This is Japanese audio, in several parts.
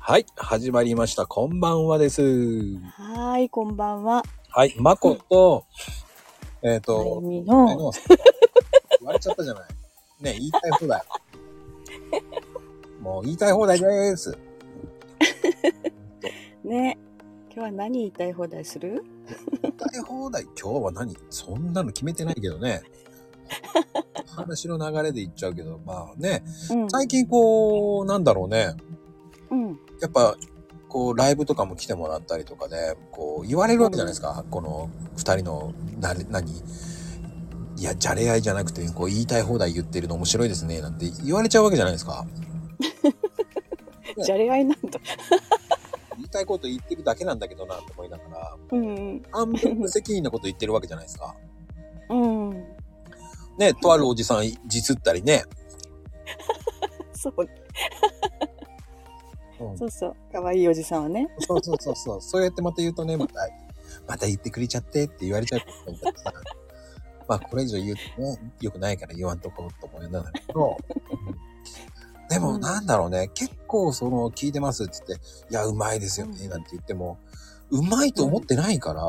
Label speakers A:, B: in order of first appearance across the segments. A: はい、始まりました。こんばんはです。
B: はーい、こんばんは。
A: はい、まこと、えっ、
B: まゆ
A: と、
B: み
A: え
B: の。
A: の言われちゃったじゃない。ね言いたい放題。もう言いたい放題です。
B: ね。今日は何言いたい放題する
A: 言いたい放題、今日は何そんなの決めてないけどね。話の流れで言っちゃうけど、まあね、
B: うん。
A: 最近こう、なんだろうね。
B: うん。
A: やっぱ、こう、ライブとかも来てもらったりとかで、こう、言われるわけじゃないですか。この二人の、な、何いや、じゃれ合いじゃなくて、こう、言いたい放題言ってるの面白いですね、なんて言われちゃうわけじゃないですか。
B: じゃれ合いなんだ。
A: 言いたいこと言ってるだけなんだけどな、と思いながら、
B: うん。
A: 半分無責任なこと言ってるわけじゃないですか。
B: うん。
A: ね、とあるおじさん、いじつったりね。
B: そう、
A: うん
B: そうそう。かわいいおじさんはね。
A: そうそうそうそう。そうやってまた言うとね、また、また言ってくれちゃってって言われちゃうことになってさ。まあ、これ以上言うとね、良くないから言わんとこうと思うんだけど。でも、なんだろうね、結構その、聞いてますって言って、いや、うまいですよね、なんて言っても、うまいと思ってないから、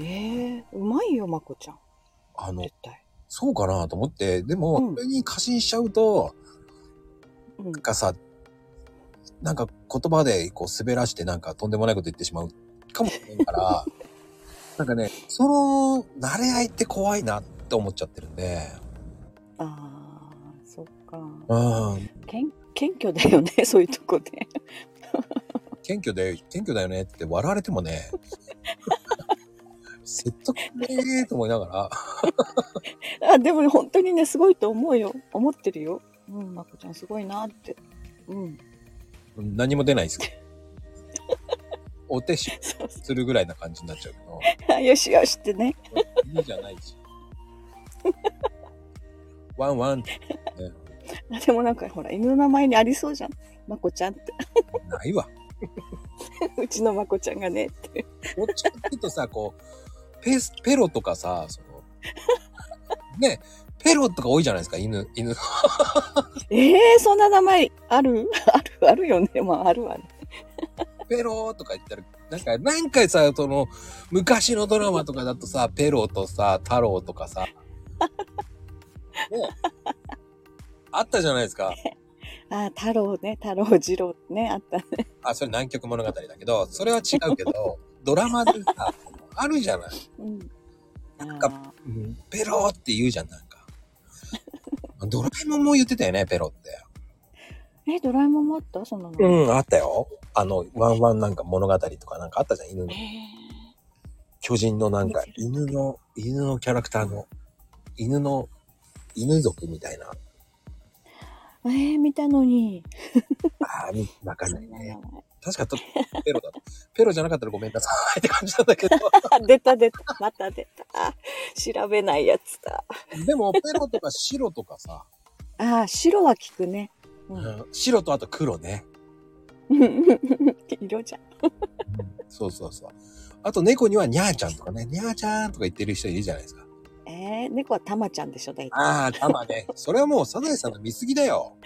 B: ええうまいよ、まこちゃん。
A: あの
B: 絶、対。
A: そうかなと思って、で
B: う
A: も、
B: ん
A: それに過信しちゃうと、
B: うん
A: なん。かさ、なんか言葉でこう滑らしてなんかとんでもないこと言ってしまうかもしれないから、なんかね、その慣れ合いって怖いなって思っちゃってるんで、
B: ああ、そっか。
A: うん、
B: 謙謙虚だよね、 そういうとこで。
A: 謙虚で、謙虚だよねって笑われてもね、説得ねーと思いながら、
B: あ、でも本当にね、すごいと思うよ。思ってるよ。うん、まこちゃんすごいなって。うん。
A: 何も出ないですけど、お手し
B: そうそ
A: するぐらいな感じになっちゃうけど、
B: う。よしよしってね。
A: いいじゃないし。ワンワンって
B: でもなんかほら、犬の名前にありそうじゃん。まこちゃんって。
A: ないわ。
B: うちのまこちゃんがねって。
A: どっちかっていうとさ、こう、ペス、ペロとかさ、その、ね、ペロとか多いじゃないですか、犬、犬。
B: ええそんな名前ある あるあるよね。まあ、あるわね。
A: ペロとか言ったら、なんか、なんかさ、その、昔のドラマとかだとさ、ペロとさ、太郎とかさ、ね、あったじゃないですか。
B: ああ、太郎ね、太郎次郎ね、あったね。
A: あ、それ南極物語だけど、それは違うけど、ドラマでさ、あるじゃない。
B: うん。
A: なんかうんペロって言うじゃん、なんか。ドラえもんも言ってたよね、ペロって。
B: あーえ、ドラえもんもあったそんなの。え
A: うん、あったよ。あの、ワンワンなんか物語とかなんかあったじゃん。犬の
B: え、
A: 巨人のなんか、犬の、犬のキャラクターの、犬の、犬族みたいな。
B: えー見たのに。
A: ああ、みわかん
B: そ
A: なんい
B: な
A: ね。
B: 名前
A: 確かと、ペロだった。ペロじゃなかったらごめんなさいって感じなんだ けど。
B: あ、出た出た。また出た。あ調べないやつだ。
A: でも、ペロとか白とかさ、
B: ああ、白は聞くね。う。
A: うんん、白とあと黒ね。
B: 色じゃん。
A: そうそうそう。あと猫にはニャーちゃんとかね、ニャーちゃんとか言ってる人いるじゃないですか。
B: えー、猫はたまちゃんでしょ、大体。
A: ああ、たまね。それはもうサザエさんの見過ぎだよ。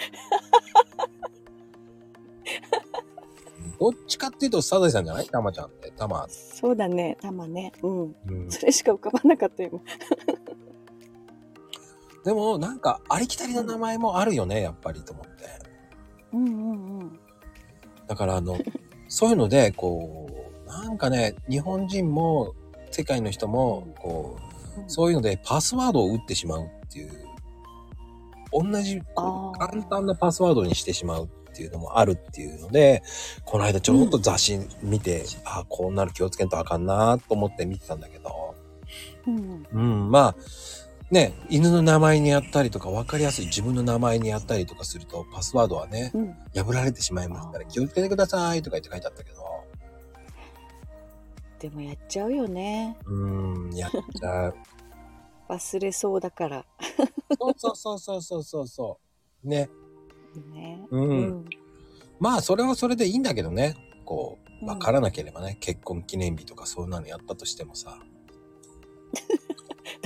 A: どっちかっていうとサザエさんじゃないたまちゃんって。たま。
B: そうだね、たまね。うん。
A: うん
B: それしか浮かばなかった今。
A: でもなんかありきたりな名前もあるよね、やっぱりと思って。
B: うんうんうん。
A: だからあの、そういうので、こう、なんかね、日本人も世界の人も、こう、そういうのでパスワードを打ってしまうっていう、同じ
B: あー
A: 簡単なパスワードにしてしまうっていうのもあるっていうので、この間ちょっと雑誌見て、ああ、こうなる気をつけんとあかんなと思って見てたんだけど、
B: うんうん。
A: うん、まあ、ね、犬の名前にやったりとか、わかりやすい自分の名前にやったりとかすると、パスワードはね、
B: うん。
A: 破られてしまいますから、気をつけてくださいとか言って書いてあったけど、
B: でもやっちゃうよね。
A: うん、やっちゃう。
B: 忘れそうだから。
A: そうそうそうそうそうそう。ね、
B: ね。
A: う。
B: うん
A: まあそれはそれでいいんだけどねこう
B: うん
A: 分からなければね、結婚記念日とかそんなのやったとしてもさ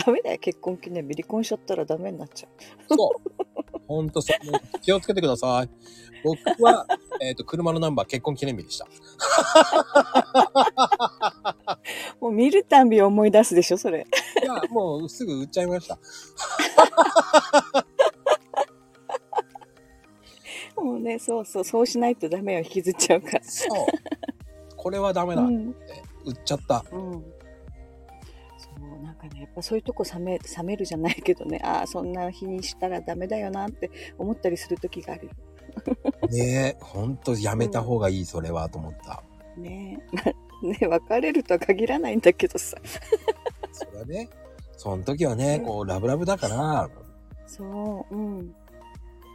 B: ダメだよ、結婚記念日。離婚しちゃったらダメになっちゃ
A: そうほんとそう。気をつけてください。僕は、えっと、車のナンバー結婚記念日でした。
B: もう見るたんび思い出すでしょ、それ。
A: いや、もうすぐ売っちゃいました。
B: もうね、そうそう、そうしないとダメよ、引きずっちゃうから。
A: そう。これはダメだ
B: う
A: って、
B: ん。
A: 売っちゃった。
B: うん。そう、なんかね、やっぱそういうとこ冷め、冷めるじゃないけどね、ああ、そんな日にしたらダメだよなって思ったりする時があるよ
A: ねえ、ほんとやめた方がいい、それは、と思った。
B: ね え。ねえ、別れるとは限らないんだけどさ。
A: それはね、その時はね、こう、ラブラブだから、
B: そう、うん。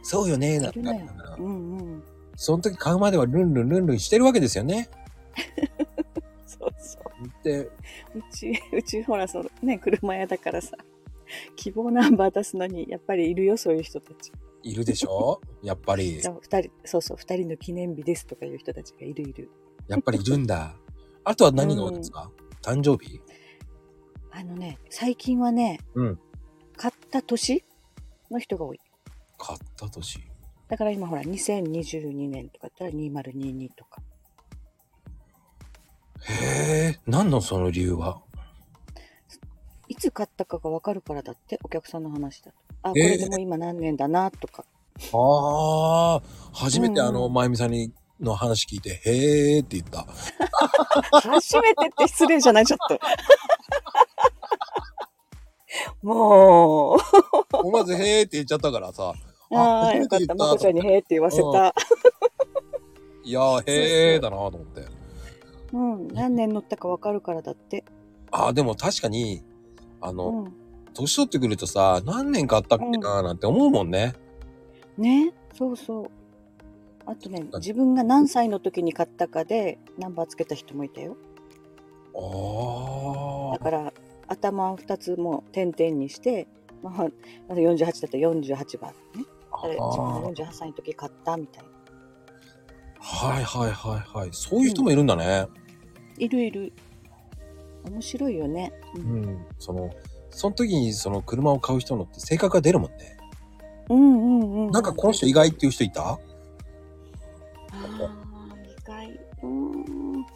A: そうよね、だ
B: い
A: った
B: る
A: か
B: のよ
A: ら。
B: う、んうん。
A: その時買うまではルンルンルンルンしてるわけですよね。
B: そうそう。
A: で、
B: うち、 うちほら、そのね、車屋だからさ、希望ナンバー出すのに、やっぱりいるよ、そういう人たち。
A: いるでし ょやっぱり
B: じゃ。あ二人、そうそう、二人の記念日ですとかいう人たちがいるいる。
A: やっぱりいるんだ。あとは何が多いですか、誕生日
B: あのね、最近はね、
A: うん
B: 買った年の人が多い。
A: 買った年。
B: だから今ほら、2022年とかだったら2022とか。
A: へえ、何のその理由はい
B: つ買ったかがわかるからだって、お客さんの話だと。あ、これでも今何年だなとか。
A: ああ、初めてあ
B: うん
A: の、
B: うん
A: まゆみさんにの話聞いて、へえって言った。
B: 初めてって失礼じゃないちょっ と。もう。
A: 思わずへえって言っちゃったからさ、
B: ああ、
A: 初め
B: よか
A: て
B: っ
A: 言った
B: た。まこちゃんにへーって言わせた。
A: いやーへえだなと思って。
B: うん。何年乗ったかわかるからだって。
A: ああ、でも確かに、あ
B: う
A: の、
B: ん。
A: 年取ってくるとさ、何年買ったっけなーなんて思うもんね。
B: ね。そうそう。あとね、自分が何歳の時に買ったかでナンバーつけた人もいたよ。
A: あ
B: だから、頭2つもう点々にして、まあ、まだ48だったら48番ね。
A: あ。
B: あれ、自分
A: あ
B: が48歳の時買ったみたいな。
A: ーはいはいはいはい。そういう人もいるんだね。
B: いるいる。面白いよね。う
A: うん。その、その時にその車を買う人のって性格が出るもんね。
B: うんうんうん。
A: なんかこの人意外っていう人いた
B: あー意外。うーん。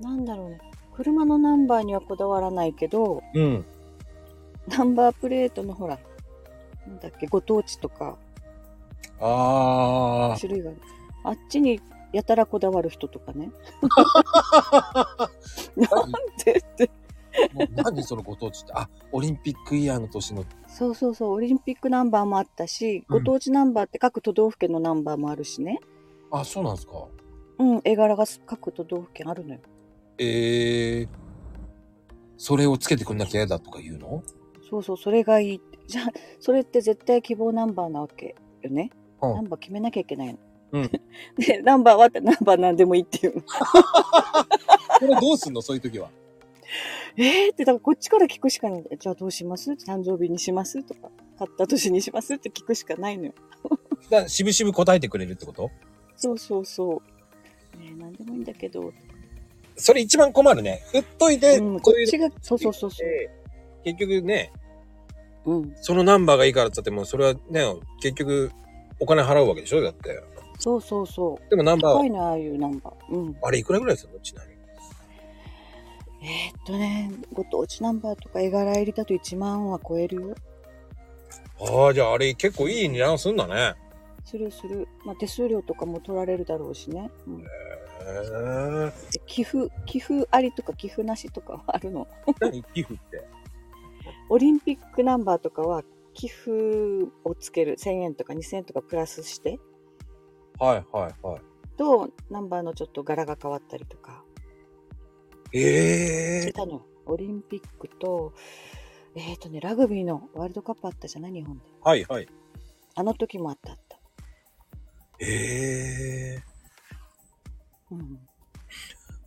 B: なんだろうね。車のナンバーにはこだわらないけど、
A: うん。
B: ナンバープレートのほら、なんだっけ、ご当地とか、
A: ああ。
B: 種類がある。あっちにやたらこだわる人とかね。 なんでって。
A: もう何そのご当地って。あ、オリンピックイヤーの年の。
B: そうそうそう、オリンピックナンバーもあったし、
A: う
B: ご
A: ん
B: 当地ナンバーって各都道府県のナンバーもあるしね。
A: あ、そうなんですか。
B: うん、絵柄が各都道府県あるのよ。
A: ええー。それをつけてくんなきゃ嫌だとか言うの
B: そうそう、それがいいって。 じゃあ、それって絶対希望ナンバーなわけよね。
A: うん
B: ナンバー決めなきゃいけないの。
A: うん
B: で、ナンバーはってナンバーなんでもいいっていうの。
A: これどうすんのそういう時は。
B: えーって、だからこっちから聞くしかない。じゃあどうします誕生日にしますとか、買った年にしますって聞くしかないのよ。
A: だから渋々答えてくれるってこと
B: そうそうそう。ねえ、なんでもいいんだけど。
A: それ一番困るね。振っといて、
B: うん、
A: こ
B: こ
A: うい
B: っ
A: う
B: ちが、そうそうそうそう。
A: で結局ね、
B: うん。
A: そのナンバーがいいからって言っても、それはね、結局、お金払うわけでしょだって。
B: そうそうそう。
A: でもナンバー
B: 高
A: は、
B: いな、ああいうナンバー。うん。
A: あれいくらぐらいするのちなみに。
B: えーっとね、ご当地ナンバーとか絵柄入りだと1万は超えるよ。
A: ああ、じゃああれ結構いい値段すんだね。
B: するする。まあ、手数料とかも取られるだろうしね。うん、で
A: へえ。
B: 寄付、寄付ありとか寄付なしとかは あるの。
A: 何 寄付って。
B: オリンピックナンバーとかは寄付をつける。1000円とか2000円とかプラスして。
A: はいはいはい。
B: と、ナンバーのちょっと柄が変わったりとか。
A: ええ
B: してたの。オリンピックと、えーっとね、ラグビーのワールドカップあったじゃない日本で。
A: はいはい。
B: あの時もあったあった。
A: ええ
B: うん。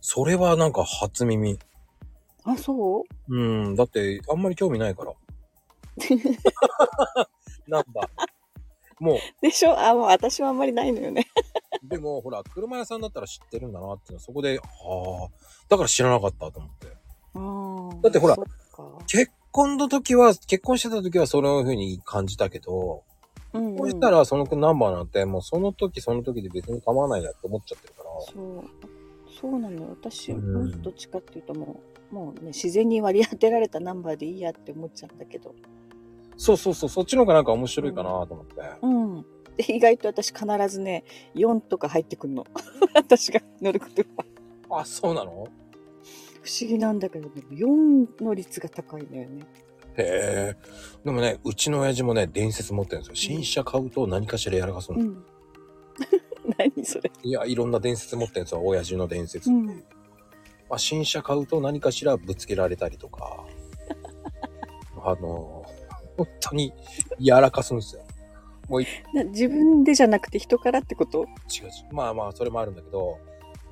A: それはなんか初耳。
B: あ、そう
A: うん、だってあんまり興味ない から。ナンバー。もう、
B: でしょあ、もう私はあんまりないのよね。
A: でもほら、車屋さんだったら知ってるんだなっていうのはそこで、ああ、だから知らなかったと思って。だ
B: だ
A: ってほら
B: そっか。
A: 結婚の時は、結婚してた時はそのふうに感じたけど、
B: うん、
A: こうしたらそのナンバーなんてもうその時その時で別に構わないやって思っちゃってるから。
B: そうそうなのよ私、
A: うん
B: どっちかっていうともうもうね自然に割り当てられたナンバーでいいやって思っちゃうんだけど
A: そうそうそう、そっちの方がなんか面白いかなと思って。
B: うんで意外と私必ずね4とか入ってくるの 私が乗ることは
A: あ、そうなの
B: 不思議なんだけどでも4の率が高いんだよね
A: へえ。でもね、うちの親父もね、伝説持ってるんですよ。新車買うと何かしらやらかすの。
B: うん 何それ
A: いや、いろんな伝説持ってるんですよ。親父の伝説。
B: うん
A: まあ、新車買うと何かしらぶつけられたりと か。あの、本当にやらかすんですよ。もう一
B: な自分でじゃなくて人からってこ
A: 違
B: と
A: う違うまあまあそれもあるんだけど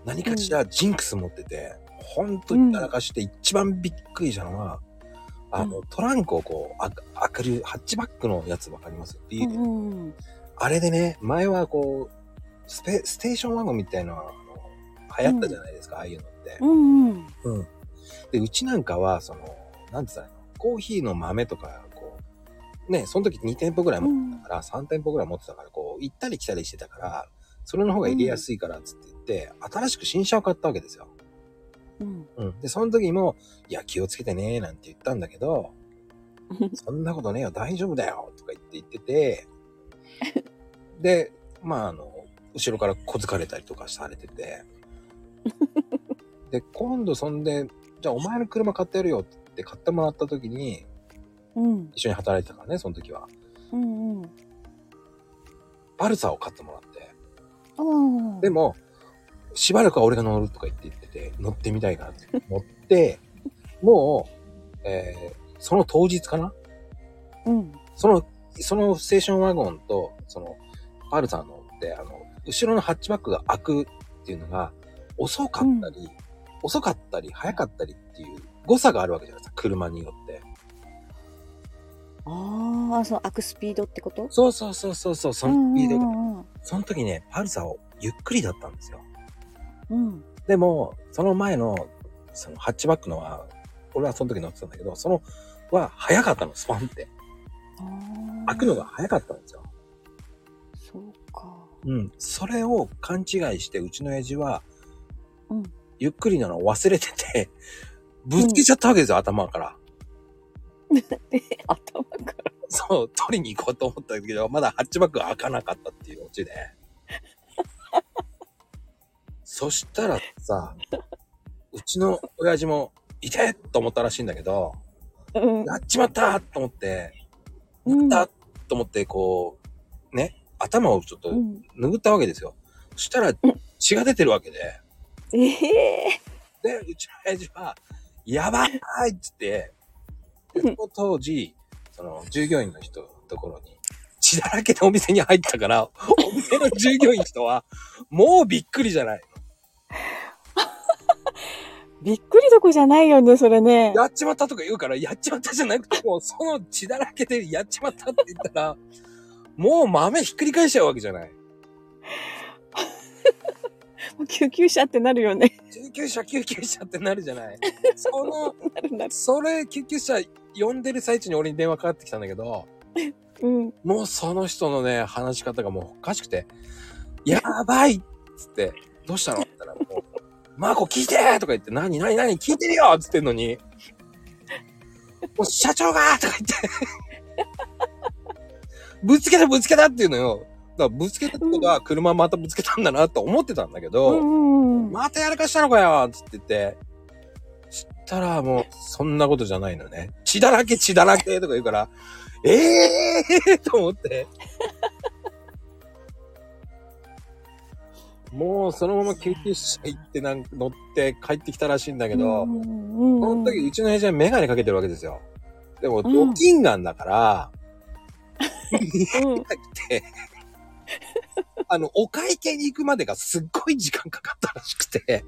A: 何かしらジンクス持ってて、本当にやらかして一番びっくりしたのは、あのトランクをこうあ開けるハッチバックのやつわかります、
B: うんうん
A: あれでね前はこうスペステーションワゴンみたいなのが流行ったじゃないですか、ああいうのって、
B: うんうん
A: うんでうちなんかはそのなんて言ったらいいのコーヒーの豆とかこうねその時2店舗ぐらい持ってたから、3店舗ぐらい持ってたからこう行ったり来たりしてたからそれの方が入れやすいからっつって言って、新しく新車を買ったわけですよ、
B: うん
A: うん、でその時も「いや気をつけてね」なんて言ったんだけど「そんなことねえよ大丈夫だよ」とか言って言っててでまああの後ろから小づかれたりとかされててで今度そんで「じゃあお前の車買ってやるよ」って言って買ってもらった時に
B: うん
A: 一緒に働いてたからねその時は
B: うんうん
A: パルサーを買ってもらって
B: ああ
A: でも、しばらくは俺が乗るとか言って言ってて、乗ってみたいから って乗って、もう、えーその当日かな
B: うん
A: その、そのステーションワゴンと、その、パルさんのって、あの、後ろのハッチバックが開くっていうのが、遅かったり、遅かったり、早かったりっていう誤差があるわけじゃないですか、車によって。
B: ああその開くスピードってこと
A: そうそうそうそうそう、そのスピード
B: う
A: が。
B: んうん
A: その時ね、パルサをゆっくりだったんですよ。
B: うんうん
A: でも、その前の、そのハッチバックのは、俺はその時乗ってたんだけど、そのは早かったの、スパンって。
B: ああ
A: 開くのが早かったんですよ。
B: そうか
A: うん。それを勘違いして、うちの親父は、
B: うん
A: ゆっくりなのを忘れてて、ぶつけちゃったわけですよ、頭から。
B: え頭から
A: そう、取りに行こうと思ったけど、まだハッチバックが開かなかったっていうオチ で。そしたらさ、うちの親父も、いてと思ったらしいんだけど、
B: うん
A: やっちまったと思って、
B: うん
A: だと思って、こう、ね、頭をちょっと
B: うん
A: 拭ったわけですよ。そしたら血が出てるわけで、
B: ええ
A: で、うちの親父は、やばいっつって、で
B: う
A: そ
B: ん
A: の当時、その従業員の人のところに、血だらけでお店に入ったから、お店の従業員の人は、もうびっくりじゃない。
B: びっくりどこじゃないよねそれね
A: やっちまったとか言うから、やっちまったじゃなくて、もうその血だらけでやっちまったって言ったら、もう豆ひっくり返しちゃうわけじゃない。
B: もう救急車ってなるよね
A: 救急車救急車ってなるじゃないその
B: なるなる
A: それ救急車呼んでる最中に俺に電話かかってきたんだけど
B: うん
A: もうその人のね話し方がもうおかしくて「やばい!」っつって「どうしたの?」って言ったらもう「マーコ聞いて!」とか言って「何何何聞いてるよ!」っつってんのに「もう社長が!」とか言ってぶつけたぶつけたっていうのよだからぶつけたってことは車またぶつけたんだなと思ってたんだけ
B: う
A: ど、
B: んうん
A: またやらかしたのかよつって言って、そしたらもう、そんなことじゃないのね。血だらけ血だらけとか言うから、ええー、と思って。もうそのまま救急車行ってなんか乗って帰ってきたらしいんだけど、
B: うん
A: その時うちの親父はメガネかけてるわけですよ。でも、ドキンガンだから、
B: うん
A: なくて、 あの、お会計に行くまでがすっごい時間かかったらしくて。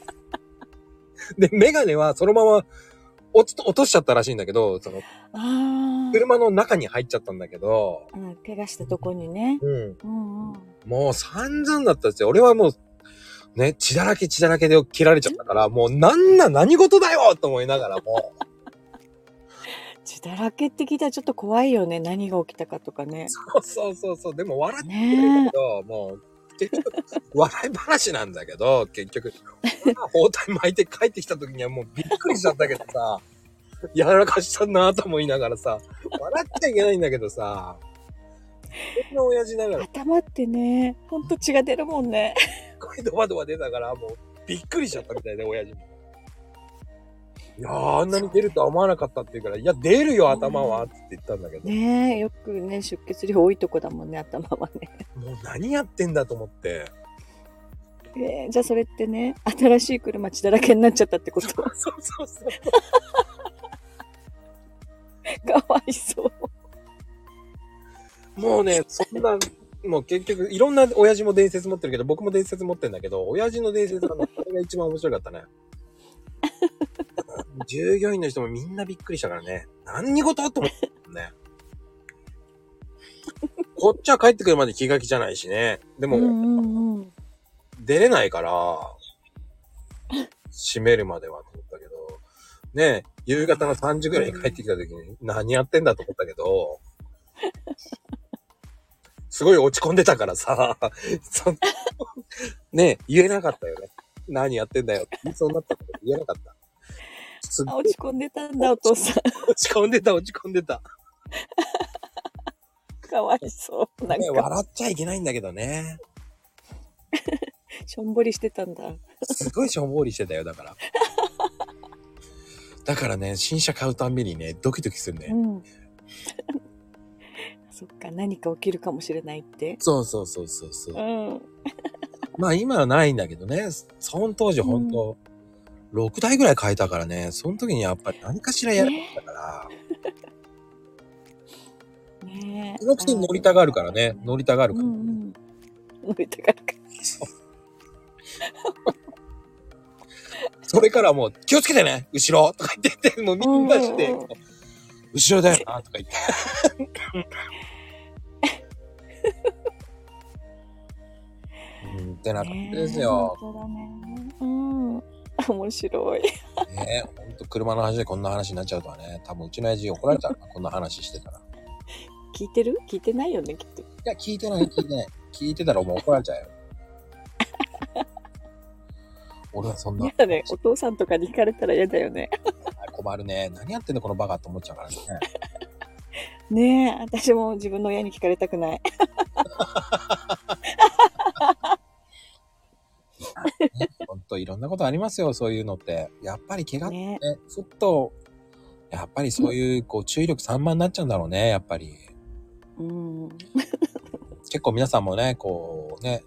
A: で、メガネはそのまま落ちと落としちゃったらしいんだけど、その
B: あ
A: 車の中に入っちゃったんだけど、
B: あ、うん、怪我したとこにね
A: うん、
B: うんうん
A: もう散々だったんですよ。俺はもう、ね、血だらけ血だらけで切られちゃったから、もうなんな何事だよと思いながらもう、
B: 血だらけって聞いたらちょっと怖いよね。何が起きたかとかね。
A: そうそうそうそう。でも笑ってる
B: ね
A: けど、もう、結局、笑い話なんだけど、結局、包帯巻いて帰ってきた時にはもうびっくりしちゃったけどさ、やらかしたなぁと思いながらさ、笑っちゃいけないんだけどさ、そんな親父ながら、
B: 頭ってね、ほんと血が出るもんね。
A: 声ドバドバ出たから、もうびっくりしちゃったみたいで、親父も。いやーあんなに出るとは思わなかったって言うから、いや、出るよ、頭はって言ったんだけど、
B: ねえ、よくね、出血量多いとこだもんね、頭はね。
A: もう何やってんだと思って。
B: えーじゃあそれってね、新しい車血だらけになっちゃったってこと か
A: そうそうそう。
B: わいそう。
A: もうね、そんな、もう結局、いろんな親父も伝説持ってるけど、僕も伝説持ってるんだけど、親父の伝説はね、これが一番面白かったね。従業員の人もみんなびっくりしたからね、何事と思ってたもんね。こっちは帰ってくるまで気が気じゃないしね。で
B: う
A: も、
B: んうんうん。
A: 出れないから、閉めるまではと思ったけど、ねえ、夕方の3時ぐらいに帰ってきた時に何やってんだと思ったけど、すごい落ち込んでたからさ、そんねえ、言えなかったよね。何やってんだよって言いそうになったけど言えなかった。すっ
B: あ、
A: ごい
B: 落ち込んでたんだ、お父さ
A: 落ち込んでた、落ち込んでた。
B: ん。かわいそう。なん
A: ねえ、
B: か、
A: 笑っちゃいけないんだけどね。
B: しょんぼりしてたんだ。
A: すごいしょんぼりしてたよ、だから。だからね、新車買うたんびにね、ドキドキするね。
B: うん。 そっか、何か起きるかもしれないって。
A: そうそうそうそうそうう。
B: ん。
A: まあ今はないんだけどね、その当時本当、6台ぐらい変えたからね、その時にやっぱり何かしらやるんだから、
B: ねえ。
A: そのくせに乗りたがるからね、乗りたが
B: う
A: る
B: ん
A: か
B: う
A: ら。
B: ん。乗りたがるか
A: それからもう、気をつけてね、後ろとか言ってて、もうみんなして、
B: うんうんうん
A: 後ろだよなとか言って。うん、ってな
B: ら。
A: 感
B: ね
A: じ
B: え
A: ですよ。
B: 本当だね。うん。面白い。
A: ねえ、ほんと車の話でこんな話になっちゃうとはね、多分うちの親父怒られちゃうな、こんな話してたら。
B: 聞いてる聞いてないよね、きっと。
A: いや、聞いてない、聞いてない。聞いてたらもう怒られちゃうよ。 俺はそんな
B: 嫌、だね。お父さんとかに聞かれたら嫌だよね。
A: 困るね。何やってんのこのバカって思っちゃうからね。
B: ねえ、私も自分の親に聞かれたくない。
A: ほんといろんなことありますよ、そういうのって。やっぱり怪我ってね
B: ね、
A: ふっと、やっぱりそういう、こう、注意力散漫になっちゃうんだろうね、やっぱり。
B: うん。
A: 結構皆さんもね、こうね、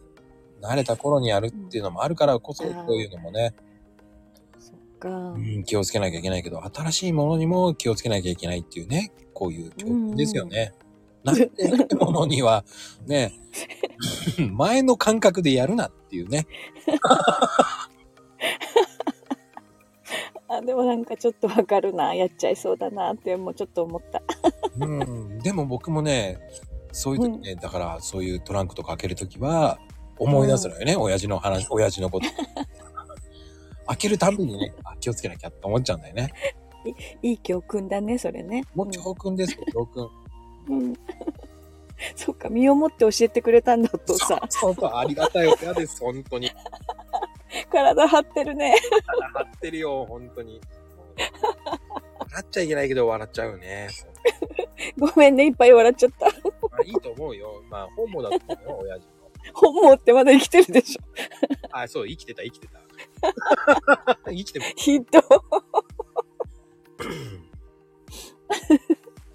A: 慣れた頃にやるっていうのもあるからこそ、
B: うんあー
A: こういうのもね、
B: そっか
A: う。ん、気をつけなきゃいけないけど、新しいものにも気をつけなきゃいけないっていうね、こういう教訓ですよね。
B: ん
A: 慣れてないものには、ね、 前の感覚でやるなっていうね。
B: あでもなんかちょっとわかるな。やっちゃいそうだなって、もうちょっと思った。
A: うん、でも僕もね、そういう時ね、だからそういうトランクとか開ける時は、思い出すのよね、親父の話、親父のこと。 開けるたんびにね、あ気をつけなきゃって思っちゃうんだよね。
B: いい教訓だね、それね。
A: もう教訓ですよ、教訓。
B: うん。 そっか、身をもって教えてくれたんだ、お父さん。
A: そうそう、ありがたい親です、本当に。
B: 体張ってるね。
A: 笑ってるよ、本当に。笑っちゃいけないけど笑っちゃうよね。
B: ごめんね、いっぱい笑っちゃった。
A: まあ、いいと思うよ。まあ、本望だと思うよ、親父も。
B: 本望ってまだ生きてるでしょ。
A: あ、そう、生きてた、生きてた。生きても
B: ひどい。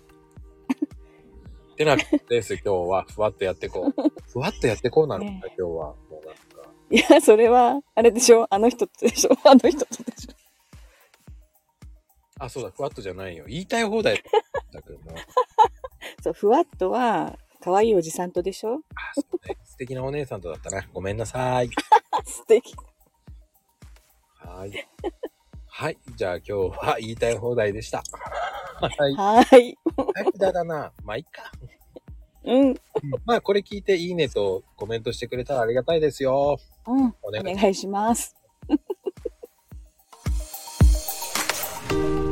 A: ってなですよ、今日は。ふわっとやってこう。ふわっとやってこうなのか、
B: ね
A: 今日は。もうなんか。
B: いや、それは、あれでしょあの人とでしょ あの人とでしょ
A: あ、そうだ、ふわっとじゃないよ。言いたい放題だけども。
B: そう、ふわっとは、可愛いおじさんとでしょ
A: あ、そうね。素敵なお姉さんとだったな。ごめんなさい。
B: あ素敵。
A: はい。はい。じゃあ今日は言いたい放題でした。はい。
B: はーい。
A: はい、くだらな。まあ、いっか。
B: うん。
A: まあ、これ聞いていいねとコメントしてくれたらありがたいですよ。
B: うん。
A: お
B: お
A: 願いします
B: 願いします。